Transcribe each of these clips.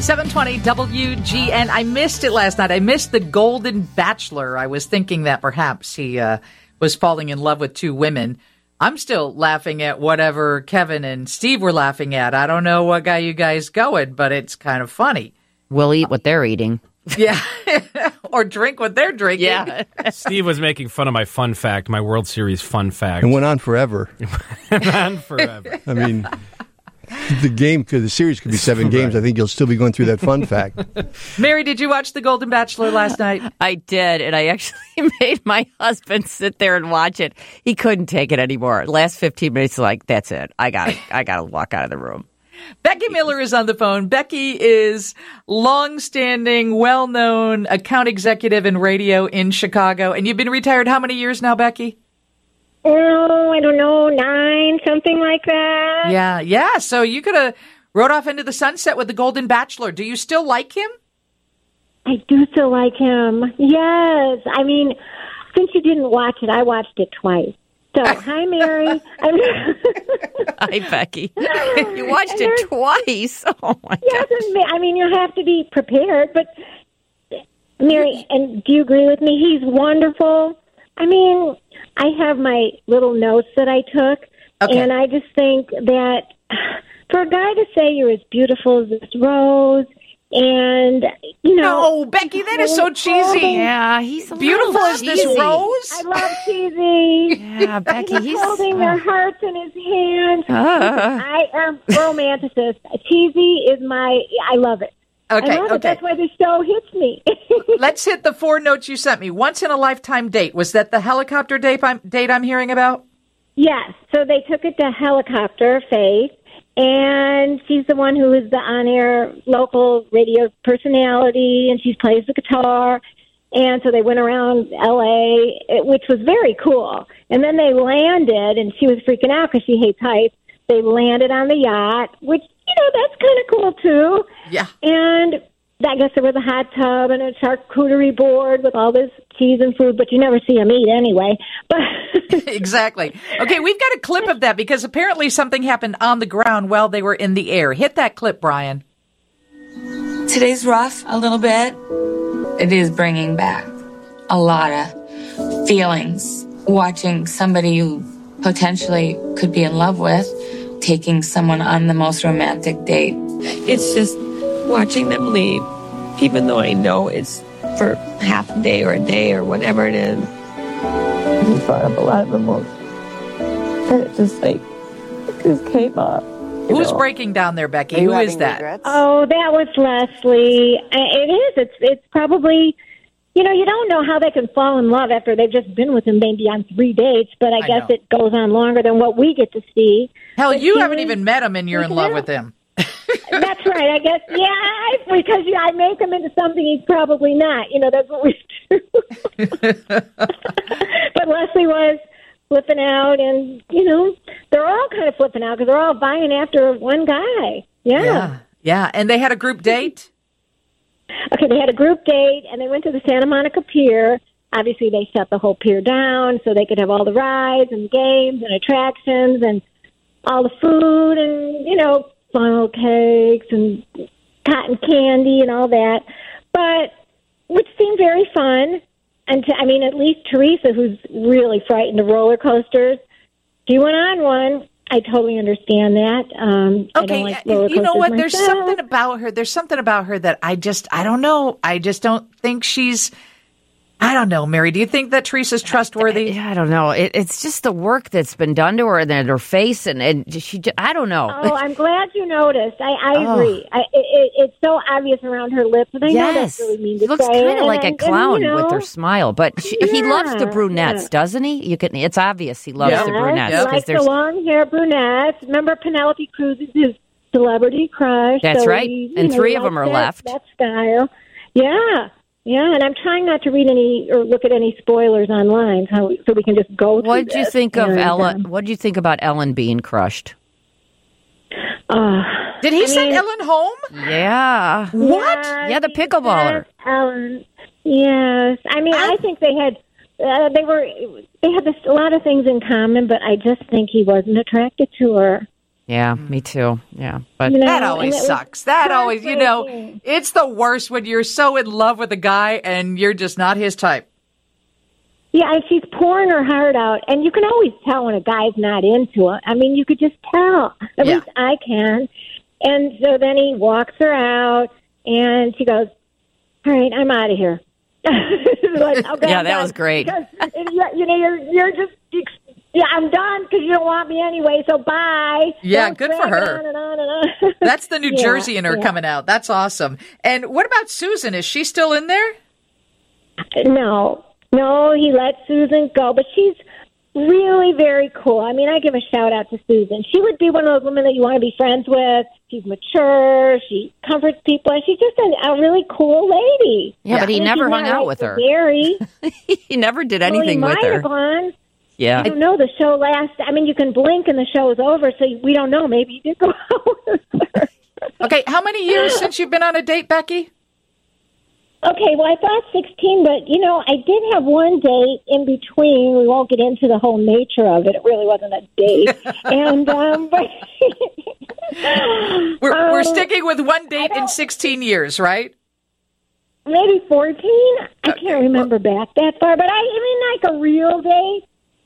720 WGN. I missed it last night. I missed the Golden Bachelor. I was thinking that perhaps he uh, was falling in love with two women. I'm still laughing at whatever Kevin and Steve were laughing at. I don't know what guy you guys going, but it's kind of funny. We'll eat what they're eating. Yeah. or drink what they're drinking. Yeah. Steve was making fun of my fun fact, my World Series fun fact. It went on forever. on forever. I mean, the game could, the series could be seven games. I think you'll still be going through that fun fact. Mary, did you watch The Golden Bachelor last night? I did, and I actually made my husband sit there and watch it. He couldn't take it anymore. Last 15 minutes, he's like, that's it. I got to I gotta walk out of the room. Becky Miller is on the phone. Becky is longstanding, well-known account executive in radio in Chicago. And you've been retired how many years now, Becky? Oh, I don't know, nine, something like that. Yeah, yeah. So you could have rode off into the sunset with the Golden Bachelor. Do you still like him? I do still like him. Yes. I mean, since you didn't watch it, I watched it twice. So, hi, Mary. I mean, Hi, Becky. You watched it twice. Oh, my God. yes, and Ma- I mean, you have to be prepared, but Mary, and do you agree with me? He's wonderful. I mean, I have my little notes that I took, Okay. and I just think that for a guy to say you're as beautiful as this rose, and, you know, No, Becky, that is so cheesy. Yeah, he's a Beautiful little as this cheesy. I rose. love cheesy. Yeah, Becky, He's he's. uh, holding their hearts in his hands. Ah. I am romanticist. Cheesy is my. I love it. I Okay, love it. okay. That's why the show hits me. Let's hit the four notes you sent me. Once in a lifetime date. Was that the helicopter date I'm, date I'm hearing about? yes. So they took it to helicopter faith, and she's the one who is the on-air local radio personality, and she plays the guitar. And so they went around L.A., it- which was very cool. And then they landed, and she was freaking out because she hates heights. They landed on the yacht, which you know that's kind of cool too. Yeah. And I guess there was a hot tub and a charcuterie board with all this cheese and food, but you never see them eat anyway. But Exactly. Okay, we've got a clip of that because apparently something happened on the ground while they were in the air. Hit that clip, Brian. Today's rough a little bit. It is bringing back a lot of feelings. Watching somebody you potentially could be in love with, taking someone on the most romantic date. It's just watching them leave, even though I know it's for half a day or a day or whatever it is. I brought up a lot of emotion. And it just like, it just came up. you Who's know. breaking down there, Becky? Who is that? oh, that was Leslie. Uh, It is. It's it's probably. You know, you don't know how they can fall in love after they've just been with him maybe on three dates, but I, guess know. it goes on longer than what we get to see. Hell, But you he haven't was- even met him and you're in Yeah. love with him. That's right, I guess. Yeah, I- because you, I make him into something he's probably not. You know, that's what we do. but Leslie was flipping out, and you know, they're all kind of flipping out because they're all vying after one guy. Yeah. Yeah. Yeah. And they had a group date? Okay, they had a group date, and they went to the Santa Monica Pier. Obviously, they shut the whole pier down so they could have all the rides and games and attractions and all the food and you know funnel cakes and cotton candy and all that. But which seemed very fun. And to, I mean, at least Teresa, who's really frightened of roller coasters, she went on one. I totally understand that. Um, I Okay. don't like uh, roller you know coasters what? There's myself. something about her. There's something about her that I just, I don't know. I just don't think she's, I don't know, Mary. Do you think that Teresa's trustworthy? Yeah, I don't know. It, it's just the work that's been done to her and then her face, and, and she. ju- I don't know. Oh, I'm glad you noticed. I, I Oh. agree. I, it, it, it's so obvious around her lips, and I know yes, that's really mean to she looks say. kind of and like I- a and, clown you with know, her smile, but she, he loves the Yeah, brunettes, yeah. doesn't he? You can. It's obvious he loves Yeah. the Yes, brunettes like the there's. long hair brunettes. Remember Penelope Cruz is his celebrity crush. That's so right. he, you And know, three he of them likes are that- left. That style. Yeah, yeah. And I'm trying not to read any or look at any spoilers online, so so we can just go. through What did you this. think of And, Ella? um, What did you think about Ellen being crushed? uh, Did he I send mean- Ellen home? Yeah, What? Yes, Yeah, the yes, pickleballer. Ellen. Um, Yes, I mean, I, think they had uh, they were they had this, a lot of things in common, but I just think he wasn't attracted to her. Yeah, me too. Yeah, but You know, That and always it was sucks. That always, you know, heartbreaking. it's the worst when you're so in love with a guy and you're just not his type. Yeah, and she's pouring her heart out, and you can always tell when a guy's not into it. I mean, you could just tell. At Yeah. least I can. And so then he walks her out, and she goes, "All right, I'm out of here." Like, okay, Yeah, I'm that done. was great. 'Cause, and you you know, you're you're just yeah, I'm done because you don't want me anyway. So bye. Yeah, Don't good for drag it her. On and on and on. That's the New Yeah, Jersey in her yeah. coming out. That's awesome. And what about Susan? Is she still in there? No, no, he let Susan go, but she's really very cool. I mean, I give a shout out to Susan. She would be one of those women that you want to be friends with. She's mature. She comforts people, and she's just a, a really cool lady. Yeah, but he I mean, never she's hung not out like with her. Gary, he never did Well, he anything might with her. have gone. Yeah, I don't know. The show lasts. I mean, you can blink and the show is over, so we don't know. Maybe you did go out with her. Okay, how many years since you've been on a date, Becky? Okay, well, I thought 16, but you know, I did have one date in between. We won't get into the whole nature of it. It really wasn't a date. and, um, but We're, we're Um, sticking with one date in 16 years, right? maybe 14? Uh, I can't remember back that far, but I even like a real date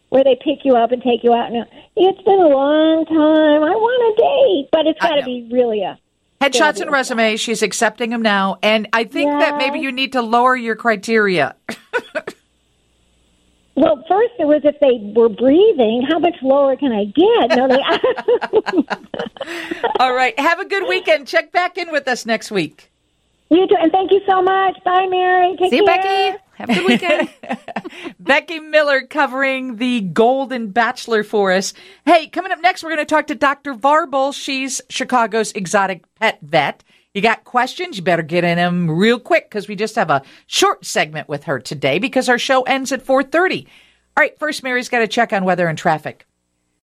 where they pick you up and take you out. And, it's been a long time. I want a date, but it's I got to know. be really a. Headshots and resume. She's accepting him now. And I think that maybe Yes. you need to lower your criteria. Well, first it was if they were breathing, how much lower can I get? No, they. All right. Have a good weekend. Check back in with us next week. You too, and thank you so much. Bye, Mary. Take see you, care. Becky. Have a good weekend. Becky Miller covering the Golden Bachelor for us. Hey, coming up next, we're going to talk to Dr. Varble. She's Chicago's exotic pet vet. You got questions? You better get in them real quick because we just have a short segment with her today because our show ends at 4.30. All right, first Mary's got to check on weather and traffic.